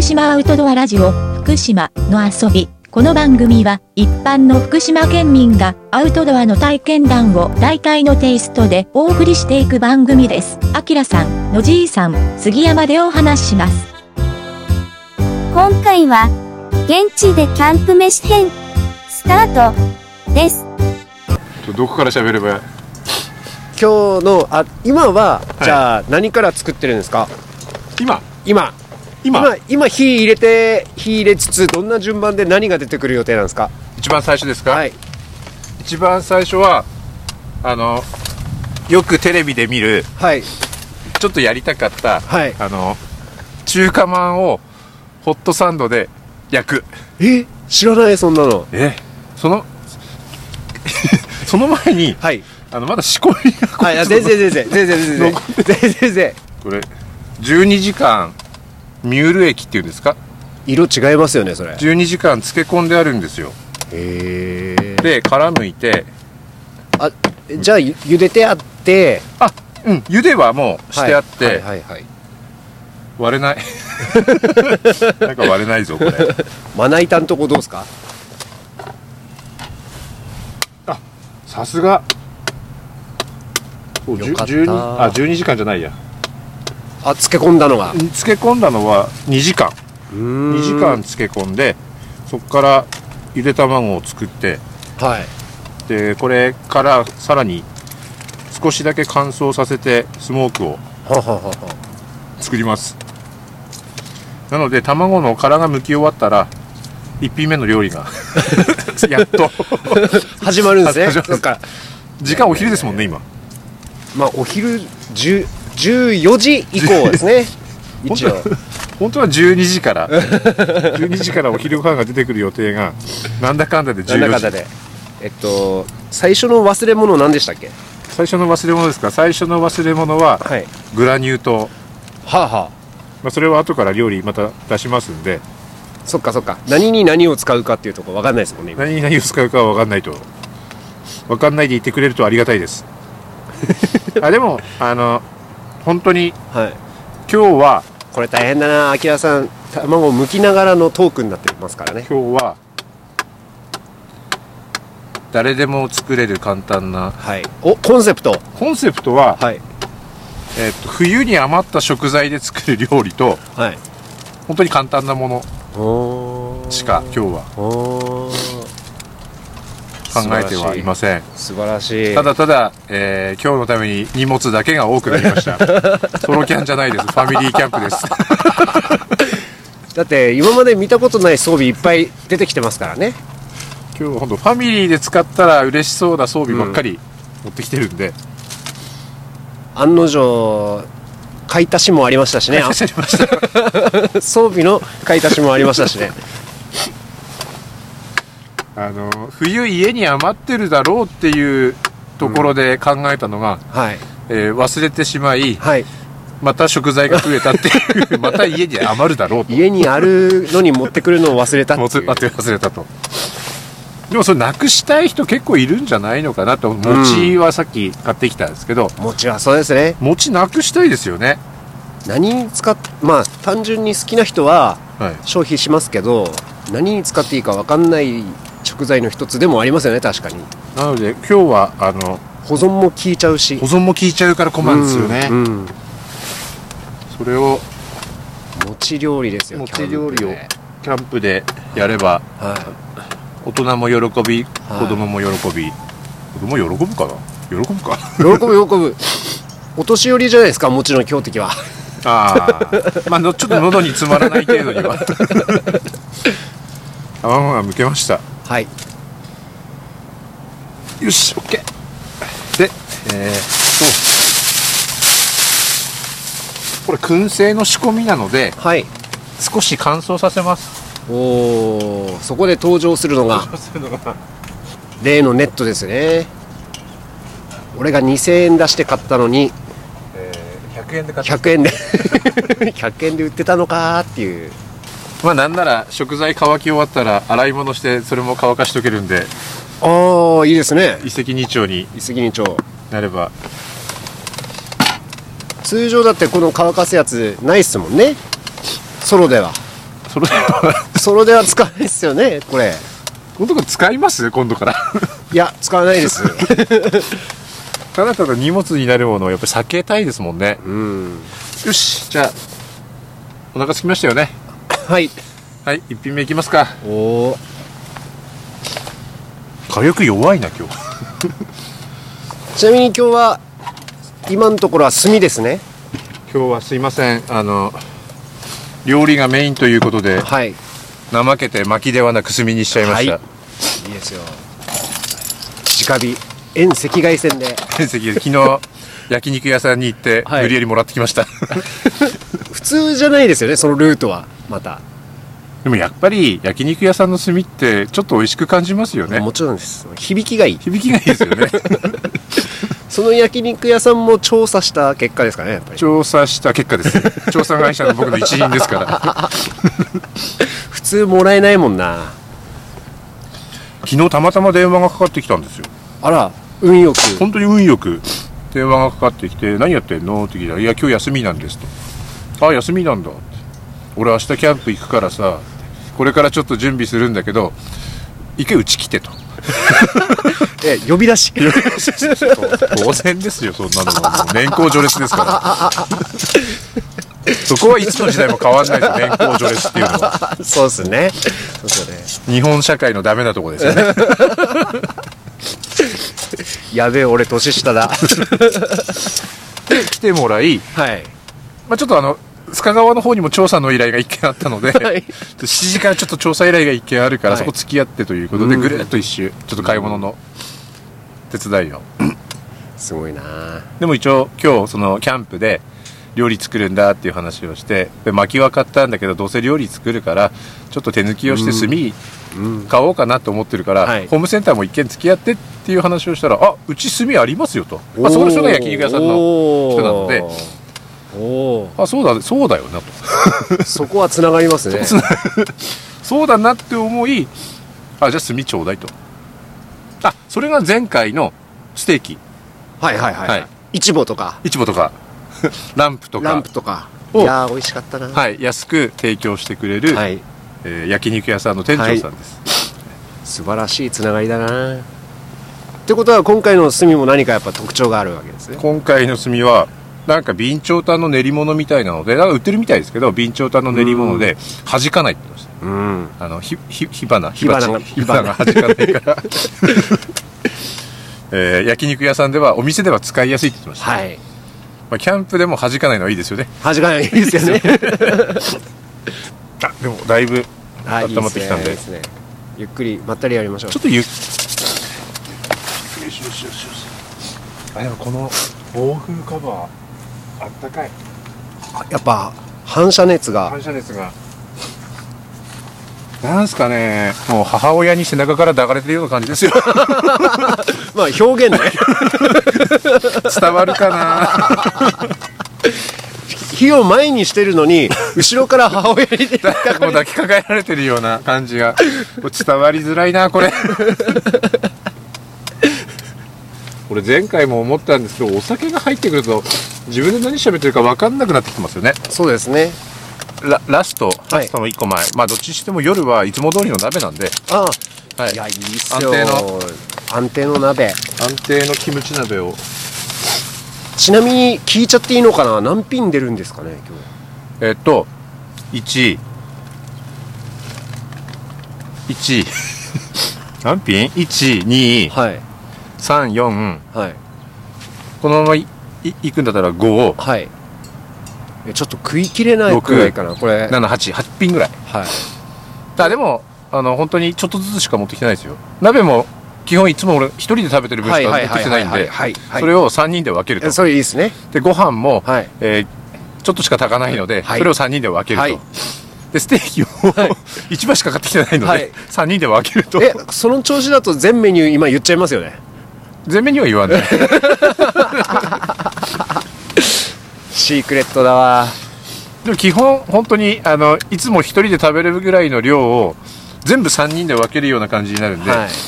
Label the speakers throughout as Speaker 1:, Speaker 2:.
Speaker 1: 島アウトドアラジオ福島の遊びこの番組は一般の福島県民がアウトドアの体験談を大体のテイストでお送りしていく番組です。あきらさん、のじいさん、杉山でお話します。
Speaker 2: 今回は、現地でキャンプ飯編、スタートです。
Speaker 3: どこから喋れば
Speaker 4: 今日のあ今はじゃあ何から作ってるんですか、
Speaker 3: 今
Speaker 4: 今
Speaker 3: 今
Speaker 4: 今今火入れて火入れつつどんな順番で何が出てくる予定なんですか
Speaker 3: 一番最初ですか、
Speaker 4: はい
Speaker 3: 一番最初はあのよくテレビで見る
Speaker 4: はい
Speaker 3: ちょっとやりたかった、
Speaker 4: はい
Speaker 3: あの中華まんをホットサンドで焼く
Speaker 4: え知らないそんなの
Speaker 3: えその その前に
Speaker 4: はい
Speaker 3: あのまだ仕込みが
Speaker 4: はいあ全然全然全然全然全然 全然
Speaker 3: これ12時間ミュール液っていうんですか
Speaker 4: 色違いますよねそれへ
Speaker 3: 12時間漬け込んであるんですよ
Speaker 4: え
Speaker 3: で殻むいて
Speaker 4: あじゃあゆ茹でてあって
Speaker 3: あうん茹ではもうしてあって、
Speaker 4: はいはいはいはい
Speaker 3: 割れない なんか割れないぞこれ
Speaker 4: まな板のとこどうですか
Speaker 3: さすがそう
Speaker 4: よかった
Speaker 3: 10 12あ12時間じゃないや
Speaker 4: あ漬け込んだのが
Speaker 3: 漬け込んだのは2時間2
Speaker 4: 2
Speaker 3: 時間漬け込んでそこからゆで卵を作って
Speaker 4: はい
Speaker 3: でこれからさらに少しだけ乾燥させてスモークを
Speaker 4: はははは
Speaker 3: 作りますなので卵の殻が剥き終わったら1品目の料理 がやっと
Speaker 4: 始まるんですね
Speaker 3: 始まる
Speaker 4: そっか
Speaker 3: 時間お昼ですもんね今
Speaker 4: まあ、お昼10 14時以降です ね一応
Speaker 3: 本当は12時から 12時からお昼ご飯が出てくる予定がなんだかんだで
Speaker 4: なんだか
Speaker 3: 14
Speaker 4: んだ
Speaker 3: 時
Speaker 4: でえっと最初の忘れ物何でしたっけ
Speaker 3: 最初の忘れ物ですか最初の忘れ物は
Speaker 4: はい
Speaker 3: グラニュー糖、
Speaker 4: はあ、は
Speaker 3: まあ、それは後から料理また出しますんで
Speaker 4: あ、そっかそっか何に何を使うかっていうとこ分かんないですもんね今
Speaker 3: 何に何を使うかは分かんないと分かんないでいてくれるとありがたいです あでもあの本当に
Speaker 4: はい
Speaker 3: 今日は
Speaker 4: これ大変だな秋葉さん卵を剥きながらのトークになってますからね
Speaker 3: 今日は誰でも作れる簡単な
Speaker 4: はいおコンセプト
Speaker 3: コンセプトは、
Speaker 4: はい
Speaker 3: えっと冬に余った食材で作る料理と
Speaker 4: はい
Speaker 3: 本当に簡単なもの
Speaker 4: おー
Speaker 3: しか今日は
Speaker 4: おー
Speaker 3: 考えてはいません
Speaker 4: 素晴らしい
Speaker 3: ただただ、えー今日のために荷物だけが多くなりました ソロキャンじゃないですファミリーキャンプ です
Speaker 4: だって今まで見たことない装備いっぱい出てきてますからね
Speaker 3: 今日本当ファミリーで使ったら嬉しそうな装備ばっかり持ってきてるんで、
Speaker 4: 案の定買い足しもありまし たしね
Speaker 3: ありました
Speaker 4: 装備の買い足しもありましたし ね
Speaker 3: あの冬家に余ってるだろうっていうところで考えたのが、
Speaker 4: はい
Speaker 3: えー忘れてしまい
Speaker 4: はい
Speaker 3: また食材が増えたっていう また家に余るだろうと
Speaker 4: 家にあるのに持ってくるのを忘れたって
Speaker 3: もうつ
Speaker 4: いう
Speaker 3: 忘れ忘れたとでもそれなくしたい人結構いるんじゃないのかなと餅はさっき買ってきたんですけど、
Speaker 4: 餅はそうですね
Speaker 3: 餅なくしたいですよね
Speaker 4: 何に使っまあ単純に好きな人は
Speaker 3: はい
Speaker 4: 消費しますけど何に使っていいか分かんない食材の一つでもありますよね確かに
Speaker 3: なので今日はあの
Speaker 4: 保存も効いちゃうし
Speaker 3: 保存も効いちゃうから困るんですよね、
Speaker 4: うんうん
Speaker 3: それを
Speaker 4: 餅料理ですよ
Speaker 3: 餅料理
Speaker 4: キャンプ
Speaker 3: を
Speaker 4: ね
Speaker 3: キャンプでやれば
Speaker 4: は
Speaker 3: 大人も喜び子供も喜び、子供喜ぶかな喜ぶか
Speaker 4: い喜ぶ喜ぶお年寄りじゃないですか餅の強敵は
Speaker 3: あ あまあのちょっと喉に詰まらない程度には 泡がむけました
Speaker 4: はい
Speaker 3: よし、オッケー。で、えー、っと、これ燻製の仕込みなので、
Speaker 4: はい
Speaker 3: 少し乾燥させます。
Speaker 4: おおそこで登場するのが例のネットですね俺が2000円出して買ったのに
Speaker 3: えー、100円で買った。
Speaker 4: 100円で 100円で売ってたのかーっていう
Speaker 3: まあなんなら食材乾き終わったら洗い物して、それも乾かしとけるんで、
Speaker 4: ああいいですね
Speaker 3: 一石二鳥に
Speaker 4: 一石二鳥
Speaker 3: なれば。
Speaker 4: 通常だってこの乾かすやつないっすもんねソロでは
Speaker 3: それでは
Speaker 4: それでは使わないですよねこれ
Speaker 3: 今度から使います今度 から
Speaker 4: いや使わないです
Speaker 3: ただただ荷物になるものをやっぱり避けたいですもんね
Speaker 4: うん
Speaker 3: よしじゃあお腹空きましたよね
Speaker 4: はい
Speaker 3: はい1品目いきますか
Speaker 4: おー
Speaker 3: 火力弱いな今日
Speaker 4: ちなみに今日は今のところは炭ですね
Speaker 3: 今日はすいませんあの料理がメインということで
Speaker 4: はいい
Speaker 3: 怠けて薪ではなく炭にしちゃいました、
Speaker 4: はいいですよ直火遠赤外線で
Speaker 3: 面積で 昨日焼肉屋さんに行って、
Speaker 4: はい
Speaker 3: 無理やりもらってきま した
Speaker 4: 普通じゃないですよねそのルートはまた、
Speaker 3: でもやっぱり焼肉屋さんの炭ってちょっと美味しく感じますよね
Speaker 4: もちろんです響きがいい
Speaker 3: 響きがいいですよね
Speaker 4: その焼肉屋さんも調査した結果ですかねやっぱり
Speaker 3: 調査した結果です 調査会社の僕の一員です から
Speaker 4: 普通もらえないもんな
Speaker 3: 昨日たまたま電話がかかってきたんですよ
Speaker 4: あら運よく
Speaker 3: 本当に運よく電話がかかってきて「何やってんの?」って聞いたら「いや今日休みなんです」と「あ休みなんだ」って「俺明日キャンプ行くからさこれからちょっと準備するんだけど一回うち来て」と。
Speaker 4: え呼び出し
Speaker 3: 当然ですよそんなのはもう年功序列ですから そこはいつの時代も変わんないです年功序列っていうのは
Speaker 4: そうですねそうですよね
Speaker 3: 日本社会のダメなとこですよね
Speaker 4: やべえ俺年下 だ
Speaker 3: 来てもらい、
Speaker 4: はい
Speaker 3: まあ、ちょっとあの須賀川の方にも調査の依頼が一件あったので、
Speaker 4: はい
Speaker 3: 7時からちょっと調査依頼が一件あるから、
Speaker 4: はい
Speaker 3: そこ付き合ってということで
Speaker 4: うん
Speaker 3: ぐるっと一周ちょっと買い物の手伝いを
Speaker 4: すごいな
Speaker 3: でも一応今日そのキャンプで料理作るんだっていう話をしてで薪は買ったんだけどどうせ料理作るからちょっと手抜きをして炭買おうかなと思ってるから、
Speaker 4: はい
Speaker 3: ホームセンターも一軒付き合ってっていう話をしたらあうち炭ありますよとあそこの人が焼肉屋さんの人なので
Speaker 4: おお
Speaker 3: あそうだそうだよなと
Speaker 4: ーそこはつながり ますね
Speaker 3: そうだなって思いあじゃあ炭ちょうだいとあそれが前回のステーキ
Speaker 4: はいはいはい、は、
Speaker 3: はい
Speaker 4: イチボとか
Speaker 3: いちぼとか ランプと
Speaker 4: ラン
Speaker 3: か
Speaker 4: プとかい
Speaker 3: お
Speaker 4: やー美味しかったな
Speaker 3: はい、安く提供してくれる、
Speaker 4: はい、
Speaker 3: えー焼肉屋さんの店長さんです、
Speaker 4: 素晴らしいつながりだなってことは今回の炭も何かやっぱ特徴があるわけですね
Speaker 3: 今回の炭はなんか備長炭の練り物みたいなのでなんか売ってるみたいですけど備長炭の練り物で弾かないって言ってまし
Speaker 4: うん
Speaker 3: たあのひひ火花
Speaker 4: 火花が
Speaker 3: 火花が弾かないから えー焼肉屋さんではお店では使いやすいって言ってました、
Speaker 4: はい
Speaker 3: まあ、キャンプでも弾かないのはいいですよね
Speaker 4: はじかないですよね
Speaker 3: あでもだいぶ
Speaker 4: あ
Speaker 3: 温まってきたんで
Speaker 4: いいですねいいですねゆっくりまったりやりましょう
Speaker 3: ちょっとゆっあでもこの防風カバーあったかい
Speaker 4: やっぱ反射熱が
Speaker 3: 射熱がなんすかねもう母親に背中から抱かれてるような感じですよ
Speaker 4: まあ表現ね
Speaker 3: 伝わるかな
Speaker 4: 火を前にしてるのに後ろから母親にで
Speaker 3: もう抱きかかえられてるような感じがもう伝わりづらいなこれ俺前回も思ったんですけどお酒が入ってくると自分で何喋ってるか分かんなくなってきてますよね
Speaker 4: そうですね
Speaker 3: ララスト、
Speaker 4: はい
Speaker 3: その1個前まあどっちにしても夜はいつも通りの鍋なんで、
Speaker 4: あ
Speaker 3: は
Speaker 4: あ
Speaker 3: い
Speaker 4: いやいいっす
Speaker 3: 安
Speaker 4: よ
Speaker 3: 定の
Speaker 4: 安定の鍋
Speaker 3: 安定のキムチ鍋を
Speaker 4: ちなみに聞いちゃっていいのかな何品出るんですかね今
Speaker 3: え
Speaker 4: 日
Speaker 3: っと1位1位 何品 ?1 位2位
Speaker 4: はい
Speaker 3: 3 4
Speaker 4: はい
Speaker 3: このままいいいくんだったら5
Speaker 4: はいえちょっと食い切れないくらいかなこれはい
Speaker 3: 788品ぐらいだでもあの本当にちょっとずつしか持ってきてないですよ鍋も基本いつも俺一人で食べてる分
Speaker 4: は
Speaker 3: し
Speaker 4: い
Speaker 3: か
Speaker 4: は
Speaker 3: 持
Speaker 4: い
Speaker 3: って
Speaker 4: は
Speaker 3: き
Speaker 4: い
Speaker 3: て
Speaker 4: は
Speaker 3: ないいん
Speaker 4: はい
Speaker 3: で
Speaker 4: はい
Speaker 3: それを3人で分ける
Speaker 4: え
Speaker 3: と
Speaker 4: それいいですね
Speaker 3: でご飯も、
Speaker 4: はい
Speaker 3: えーちょっとしか炊かないので、
Speaker 4: はい
Speaker 3: それを3人で分けると、
Speaker 4: はい
Speaker 3: でステーキを、一1枚しか買ってきてないので、
Speaker 4: はい
Speaker 3: 3人で分けると
Speaker 4: えその調子だと全メニュー今言っちゃいますよね
Speaker 3: 全面には言わない
Speaker 4: シークレットだわ
Speaker 3: でも基本本当にあのいつも1人で食べれるぐらいの量を全部3人で分けるような感じになるんで、
Speaker 4: はい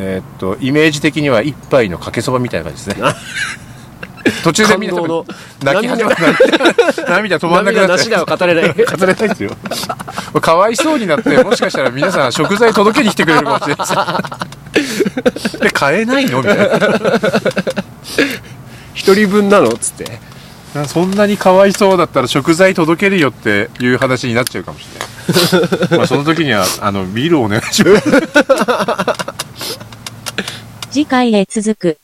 Speaker 3: えーっとイメージ的には1杯のかけそばみたいな感じですね途中でみんな多
Speaker 4: 感動
Speaker 3: 分
Speaker 4: の
Speaker 3: 泣き始めた涙止まんなくなっ
Speaker 4: 涙
Speaker 3: て
Speaker 4: なしでは語 れない。
Speaker 3: 語れないですよかわいそうになってもしかしたら皆さん食材届けに来てくれるかもしれないです で買えないのみたい
Speaker 4: 一人分なのっつって。
Speaker 3: なそんなにかわいそうだったら食材届けるよっていう話になっちゃうかもしれ ないまあその時にはあのビールをお願いします
Speaker 1: 次回へ続く。